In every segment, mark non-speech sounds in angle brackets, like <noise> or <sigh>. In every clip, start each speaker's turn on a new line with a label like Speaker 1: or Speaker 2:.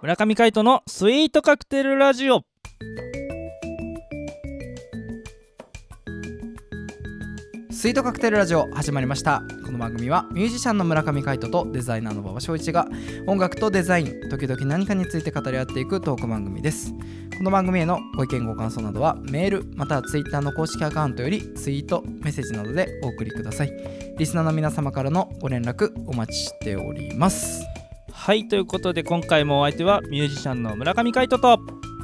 Speaker 1: 村上海人のスイートカクテルラジオ
Speaker 2: スイートカクテルラジオ始まりましたこの番組はミュージシャンの村上海人とデザイナーの馬場翔一が音楽とデザイン時々何かについて語り合っていくトーク番組ですこの番組へのご意見ご感想などはメールまたはツイッターの公式アカウントよりツイートメッセージなどでお送りくださいリスナーの皆様からのご連絡お待ちしております
Speaker 1: はいということで今回もお相手はミュージシャンの村上海人と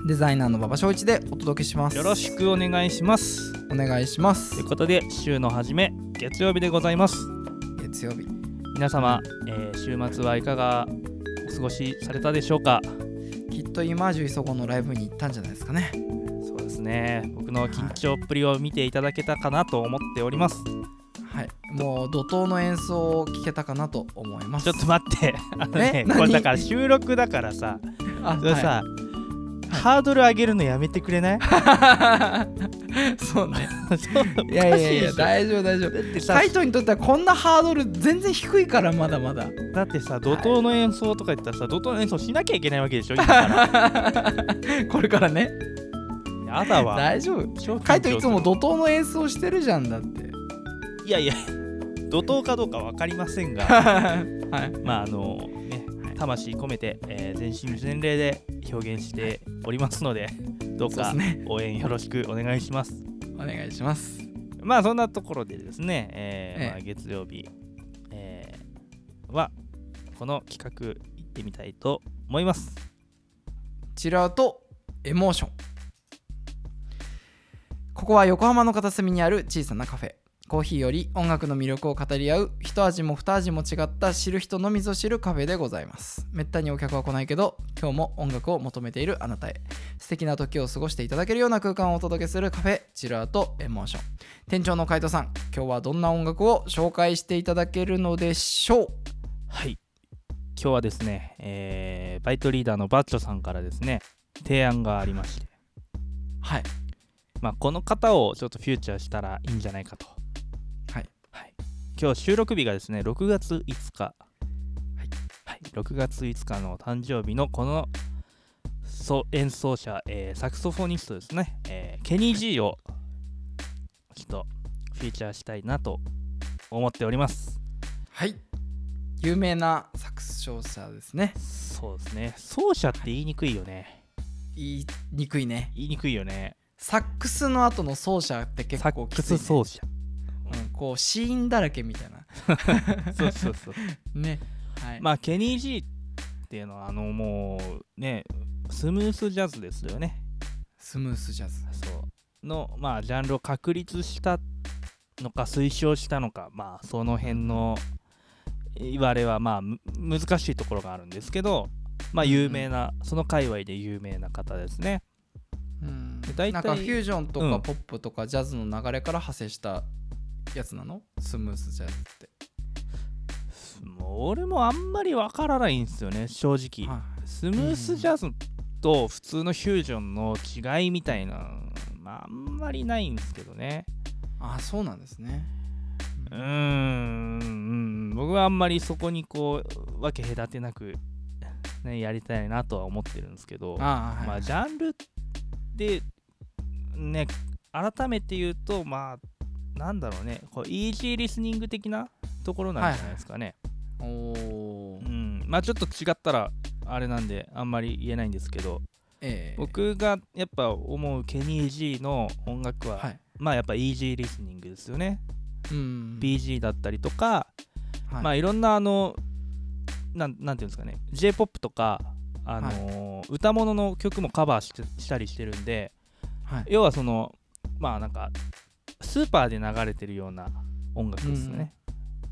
Speaker 2: デザイナーの馬場翔一でお届けします
Speaker 1: よろしくお願いします
Speaker 2: お願いします
Speaker 1: ということで週の初め月曜日でございます
Speaker 2: 月曜日
Speaker 1: 皆様、えー週末はいかがお過ごしされたでしょうか
Speaker 2: きっとイマージュ磯子のライブに行ったんじゃないですかね
Speaker 1: そうですね僕の緊張っぷりを見ていただけたかなと思っております
Speaker 2: はいもう怒涛の演奏を聞けたかなと思います
Speaker 1: ちょっと待って <laughs> あのね
Speaker 2: え何
Speaker 1: これだから収録だからさ
Speaker 2: あ
Speaker 1: それ
Speaker 2: はい
Speaker 1: さ、ハードル上げるのやめてくれない
Speaker 2: <laughs> そうね。
Speaker 1: <laughs> そう
Speaker 2: いやいや
Speaker 1: おかし
Speaker 2: い
Speaker 1: で
Speaker 2: や、
Speaker 1: しょ
Speaker 2: 大丈夫大丈夫。
Speaker 1: だってさ
Speaker 2: カイトにとってはこんなハードル全然低いからまだまだ。 <laughs>
Speaker 1: だってさ怒涛の演奏とか言ったらさ怒涛の演奏しなきゃいけないわけでし
Speaker 2: <laughs>
Speaker 1: ょ今から
Speaker 2: これからね。
Speaker 1: やだわ
Speaker 2: 大丈
Speaker 1: 超
Speaker 2: 夫。
Speaker 1: 緊張する
Speaker 2: カイトいつも怒涛の演奏してるじゃん
Speaker 1: <laughs>
Speaker 2: だって。
Speaker 1: いやいや怒涛かどうか分かりませんが
Speaker 2: はい。
Speaker 1: まああのね魂込めて、えー全身全霊で表現しておりますのでどう
Speaker 2: そうで
Speaker 1: か
Speaker 2: すね。
Speaker 1: 応援よろしくお願いします
Speaker 2: お願いします。
Speaker 1: まあそんなところでですね、えー
Speaker 2: ええ
Speaker 1: まあ、月曜日、えーはこの企画行ってみたいと思います。
Speaker 2: チルアウトエモーションここは横浜の片隅にある小さなカフェコーヒーより音楽の魅力を語り合う一味も二味も違った知る人のみぞ知るカフェでございますめったにお客は来ないけど今日も音楽を求めているあなたへ素敵な時を過ごしていただけるような空間をお届けするカフェチルアートエモーション店長の海斗さん今日はどんな音楽を紹介していただけるのでしょう
Speaker 1: はい今日はですね、えーバイトリーダーのバッチョさんからですね提案がありまして、
Speaker 2: はい
Speaker 1: まあ、この方をちょっとフューチャーしたらいいんじゃないかと。
Speaker 2: はい、
Speaker 1: はい、今日収録日がですね6月5日、
Speaker 2: はい
Speaker 1: はい、6月5日の誕生日のこのそう演奏者、えーサクソフォニストですね、えーケニー・ジーをちょっとフューチャーしたいなと思っております。
Speaker 2: はい有名な作唱者ですね
Speaker 1: そうですね奏者って言いにくいよね
Speaker 2: 言いにくいね
Speaker 1: 言いにくいよね
Speaker 2: サックスの後の奏者って結
Speaker 1: サッ
Speaker 2: 構
Speaker 1: ク
Speaker 2: きつい、
Speaker 1: ス
Speaker 2: ね、
Speaker 1: 奏者
Speaker 2: うん、こうシーンだらけみたいな <laughs>
Speaker 1: そうそうそう
Speaker 2: ねは
Speaker 1: <laughs>
Speaker 2: い、
Speaker 1: まあケニー・ジーっていうのはあのもうねスムースジャズですよね
Speaker 2: スムースジャズ
Speaker 1: そうのまあジャンルを確立したのか推奨したのかまあその辺の言われはまあむ難しいところがあるんですけどまあ有名な、その界隈で有名な方ですね
Speaker 2: うん
Speaker 1: で大体
Speaker 2: なんかフュージョンと
Speaker 1: う
Speaker 2: か
Speaker 1: ん
Speaker 2: ポップとかジャズの流れから派生したやつなの、スムースジャズって、
Speaker 1: もう俺もあんまりわからないんですよね正直、
Speaker 2: は
Speaker 1: スムースジャズと普通のフュージョンの違いみたいな、まあ、あんまりないんですけどね。
Speaker 2: い、あそうなんですね
Speaker 1: うーん、うん僕はあんまりそこにこう、分け隔てなく、ね、やりたいなとは思ってるんですけど、
Speaker 2: ああ、
Speaker 1: ま
Speaker 2: は
Speaker 1: あ、
Speaker 2: い
Speaker 1: ジャンルで、ね、改めて言うと、まあ、なんだろうね、こうイージーリスニング的なところなんじゃないですかね。
Speaker 2: おおー、
Speaker 1: うん、まあ、ちょっと違ったら、あれなんで、あんまり言えないんですけど、
Speaker 2: ええ
Speaker 1: 僕がやっぱ思うケニー・ジーの音楽は、
Speaker 2: はい
Speaker 1: まあやっぱイージーリスニングですよね、
Speaker 2: うん
Speaker 1: BG だったりとか、
Speaker 2: はい
Speaker 1: まあいろんなあのなんなんていうんですかね j p o p とか、あのー歌物の曲もカバーしてしたりしてるんで
Speaker 2: はい
Speaker 1: 要はそのまあなんかスーパーで流れてるような音楽ですね、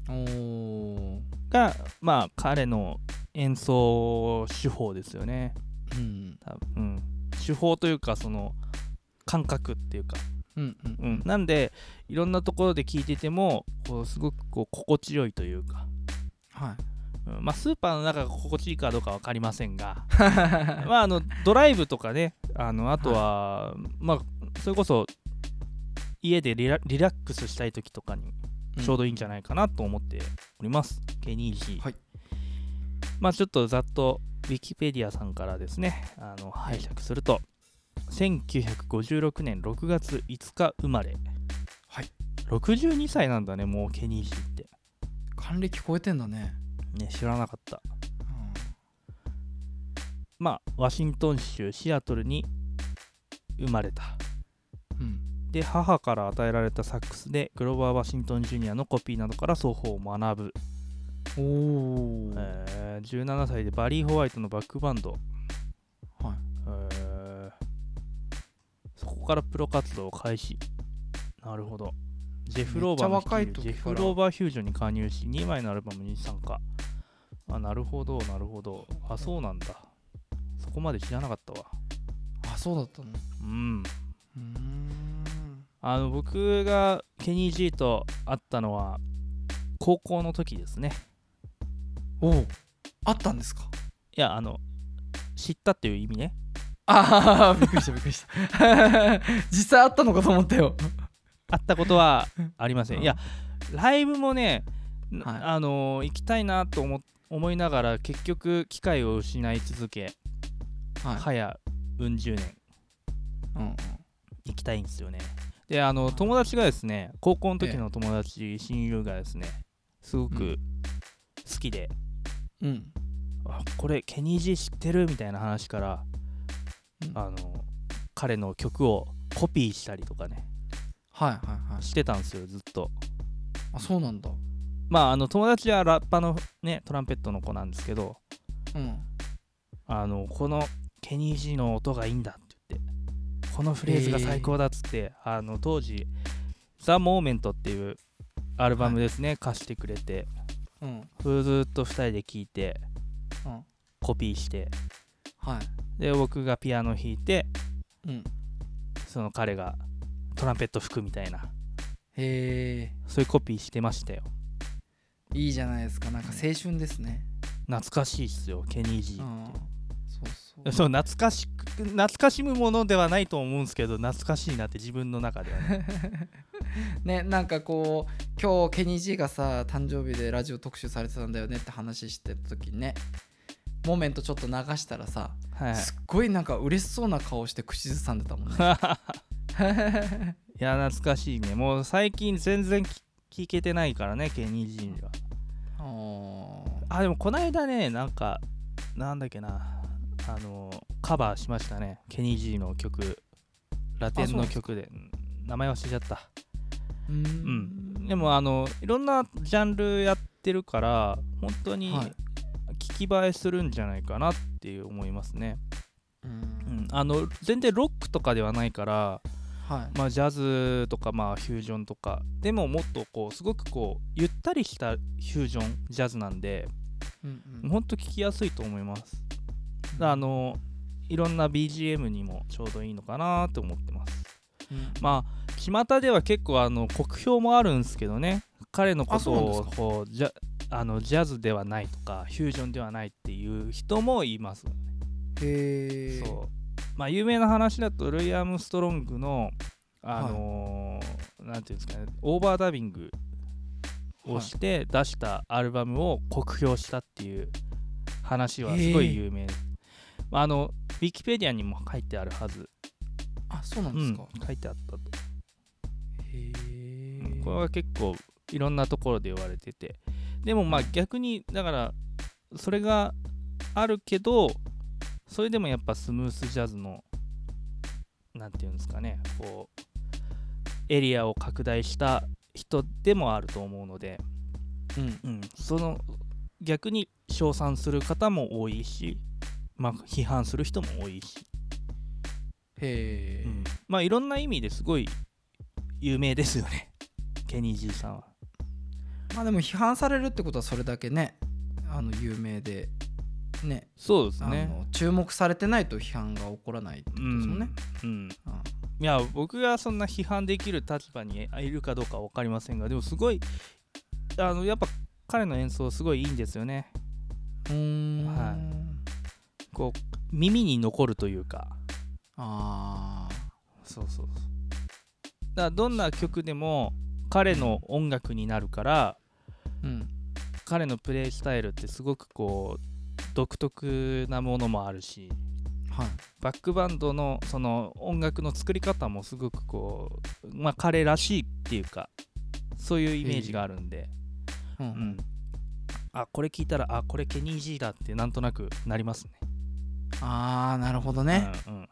Speaker 2: おお
Speaker 1: がまあ彼の演奏手法ですよね
Speaker 2: ーうん
Speaker 1: 多分、うん、手法というかその感覚っていうか
Speaker 2: うんうん
Speaker 1: うんなんでいろんなところで聞いててもこうすごくこう心地よいというか、
Speaker 2: はい
Speaker 1: うんまあ、スーパーの中が心地いいかどうか分かりませんがまああのドライブとかねあのあとは、まあそれこそ家でリラリラックスしたい時とかにちょうどいいんじゃないかなと思っております。ケニージー
Speaker 2: はい
Speaker 1: まあちょっとざっとウィキペディアさんからですねあの
Speaker 2: はい
Speaker 1: 拝借すると、1956年6月5日生まれ
Speaker 2: はい
Speaker 1: 62歳なんだねもうケニージーって、
Speaker 2: 還暦超えてんだね、
Speaker 1: ね、知らなかった
Speaker 2: うん
Speaker 1: まあワシントン州シアトルに生まれた
Speaker 2: うん、
Speaker 1: で母から与えられたサックスでグローバー・ワシントン・ジュニアのコピーなどから双方を学ぶ、
Speaker 2: おお、
Speaker 1: えー17歳でバリー・ホワイトのバックバンド、
Speaker 2: はい
Speaker 1: えーそこからプロ活動を開始なるほどジェフ・ローバーの率い
Speaker 2: めっ
Speaker 1: る
Speaker 2: ちゃ若い時
Speaker 1: ジェ
Speaker 2: から
Speaker 1: フ・ローバー・フュージョンに加入し2枚のアルバムに参加あなるほどなるほどあそうなんだそこまで知らなかったわ
Speaker 2: あそうだったの
Speaker 1: うん
Speaker 2: うーん
Speaker 1: あの僕がケニー・ジーと会ったのは高校の時ですね
Speaker 2: おおあったんですか
Speaker 1: いやあの知ったっていう意味ね
Speaker 2: ああびっくりしたびっくりした <laughs> 実際あったのかと思ったよ
Speaker 1: 会ったことはありません、
Speaker 2: <laughs> うん
Speaker 1: いやライブもね、な
Speaker 2: はい
Speaker 1: あのー行きたいなと思思いながら結局機会を失い続け
Speaker 2: はい、
Speaker 1: 早うん十年
Speaker 2: うんうん
Speaker 1: 行きたいんですよねであの友達がですね高校の時の友達、親友がですねすご
Speaker 2: う
Speaker 1: く好きで、
Speaker 2: うん
Speaker 1: あこれケニー・ジー知ってるみたいな話から、
Speaker 2: うん
Speaker 1: あの彼の曲をコピーしたりとかね
Speaker 2: はいはいはい
Speaker 1: してたんですよずっと
Speaker 2: あそうなんだ
Speaker 1: まああの友達はラッパのねトランペットの子なんですけど
Speaker 2: うん
Speaker 1: あのこのケニー・ジーの音がいいんだって言ってこのフレーズが最高だっつって、あの当時「ザ・モーメントっていうアルバムですね、貸してくれて
Speaker 2: うん
Speaker 1: それずっと2人で聴いて
Speaker 2: うん
Speaker 1: コピーして
Speaker 2: はい
Speaker 1: で僕がピアノ弾いて
Speaker 2: うん
Speaker 1: その彼がトランペット吹くみたいな
Speaker 2: へえ
Speaker 1: そういうコピーしてましたよ
Speaker 2: いいじゃないですかなんか青春ですね
Speaker 1: 懐かしいっすよケニー・ジ
Speaker 2: う
Speaker 1: ー、
Speaker 2: んそうそう
Speaker 1: そう懐かしく懐かしむものではないと思うんですけど懐かしいなって自分の中ではね
Speaker 2: <laughs> ねなんかこう今日ケニー・ジーがさ誕生日でラジオ特集されてたんだよねって話してた時にねモメントちょっと流したらさ、
Speaker 1: はい
Speaker 2: <laughs> すっごいなんか嬉しそうな顔して口ずさんでた
Speaker 1: <laughs>
Speaker 2: もんね
Speaker 1: いや懐かしいねもう最近全然聞けてないからねケニー・ジーには
Speaker 2: お
Speaker 1: あでもこないだねなんかなんだっけなあのカバーしましたねケニー・ジーの曲ラテンの曲でうん名前忘れちゃった
Speaker 2: ーう
Speaker 1: うんんでもあのいろんなジャンルやってるから本当に
Speaker 2: はい
Speaker 1: 聞き映えするんじゃないかなっていう思いますね、
Speaker 2: う
Speaker 1: うんん、あの全然ロックとかではないから
Speaker 2: はい
Speaker 1: まあ、ジャズとかまあフュージョンとかでももっとこうすごくこうゆったりしたフュージョンジャズなんで
Speaker 2: うんうん
Speaker 1: ほんと聞きやすいと思いますあのいろんな BGM にもちょうどいいのかなと思ってます
Speaker 2: うん
Speaker 1: まあ巷では結構あの酷評もあるんですけどね彼のこ
Speaker 2: あ
Speaker 1: と
Speaker 2: そうなんです
Speaker 1: をこうジャあのジャズではないとかフュージョンではないっていう人もいます
Speaker 2: へえ
Speaker 1: そうまあ有名な話だとルイ・アームストロングのあのーなんていうんですかねオーバーダビングをして出したアルバムを酷評したっていう話はすごい有名です、まあ、あのウィキペディアにも書いてあるはず、
Speaker 2: あそうなん
Speaker 1: う
Speaker 2: です
Speaker 1: ん
Speaker 2: か、、
Speaker 1: 書いてあったと、
Speaker 2: へえ
Speaker 1: これは結構いろんなところで言われててでもまあ逆にだからそれがあるけどそれでもやっぱスムースジャズのなんていうんですかねこうエリアを拡大した人でもあると思うので、
Speaker 2: うん
Speaker 1: うん、その逆に称賛する方も多いし、まあ、批判する人も多いし、
Speaker 2: へえ、
Speaker 1: うんまあいろんな意味ですごい有名ですよねケニー・ジーさんは。
Speaker 2: まあでも批判されるってことはそれだけねあの有名でね
Speaker 1: そうです
Speaker 2: あ
Speaker 1: ね。
Speaker 2: の注目されてないと批判が起こらないってことですもんね。
Speaker 1: うん、
Speaker 2: あ
Speaker 1: いや僕がそんな批判できる立場にいるかどうかは分かりませんがでもすごいあのやっぱ彼の演奏すごいいいんですよね
Speaker 2: うーん、
Speaker 1: はいこう耳に残るというか
Speaker 2: あ
Speaker 1: そうそうそうだからどんな曲でも彼の音楽になるから
Speaker 2: うん
Speaker 1: 彼のプレイスタイルってすごくこう独特なものもあるし
Speaker 2: はい
Speaker 1: バックバンドのその音楽の作り方もすごくこう、まあ、彼らしいっていうかそういうイメージがあるんで、
Speaker 2: うんう
Speaker 1: うんん、あこれ聞いたらあこれケニー・ジーだってなんとなくなりますね。
Speaker 2: ああなるほどね、
Speaker 1: うんうん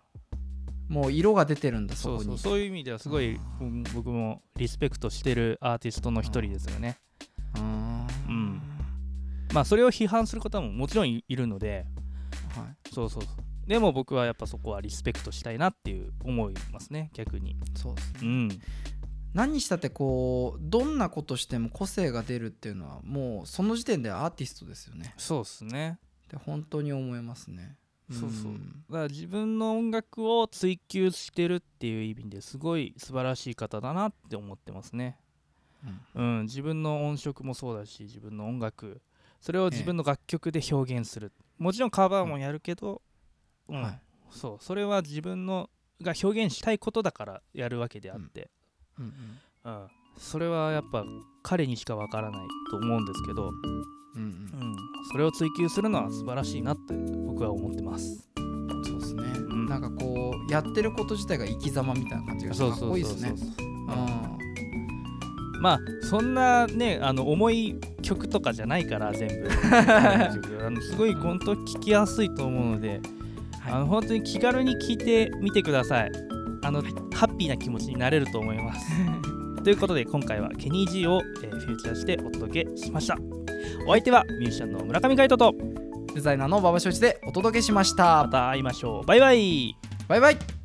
Speaker 2: もう色が出てるんだ
Speaker 1: そう
Speaker 2: そこに
Speaker 1: そうそういう意味ではすごい、うん僕もリスペクトしてるアーティストの一人ですよね。
Speaker 2: うーん
Speaker 1: うんまあそれを批判する方ももちろんいいるので
Speaker 2: はい
Speaker 1: そうそうそうでも僕はやっぱそこはリスペクトしたいなっていう思いますね逆に。
Speaker 2: そうですね、
Speaker 1: うん
Speaker 2: 何にしたってこうどんなことしても個性が出るっていうのはもうその時点でアーティストですよね
Speaker 1: そうですね。
Speaker 2: って本当に思いますね
Speaker 1: そうそうんだから自分の音楽を追求してるっていう意味ですごい素晴らしい方だなって思ってますね。
Speaker 2: うん
Speaker 1: うん、自分の音色もそうだし自分の音楽それを自分の楽曲で表現する、もちろんカバーもやるけど、うん
Speaker 2: はい
Speaker 1: そうそれは自分のが表現したいことだからやるわけであって、
Speaker 2: うんうん
Speaker 1: うんそれはやっぱ彼にしかわからないと思うんですけど、
Speaker 2: う
Speaker 1: うんん、それを追求するのは素晴らしいなって僕は思ってます。
Speaker 2: うんそうですね、
Speaker 1: ん
Speaker 2: なんかこうやってること自体が生き様みたいな感じがして
Speaker 1: そう
Speaker 2: かっ
Speaker 1: そう
Speaker 2: こいい
Speaker 1: そ
Speaker 2: で
Speaker 1: う
Speaker 2: す
Speaker 1: そ
Speaker 2: ね
Speaker 1: うそう
Speaker 2: うん
Speaker 1: まあそんなねあの重い曲とかじゃないから全
Speaker 2: <laughs>
Speaker 1: 部あのすごい本当聞きやすいと思うので、
Speaker 2: はい
Speaker 1: あの本当に気軽に聞いてみてくださいあの、ハッピーな気持ちになれると思います
Speaker 2: <laughs>
Speaker 1: ということで今回はケニー G を、えーフューチャーしてお届けしましたお相手はミュージシャンの村上海人と
Speaker 2: デザイナーの馬場正一でお届けしました
Speaker 1: また会いましょうバイバイ
Speaker 2: バイバイ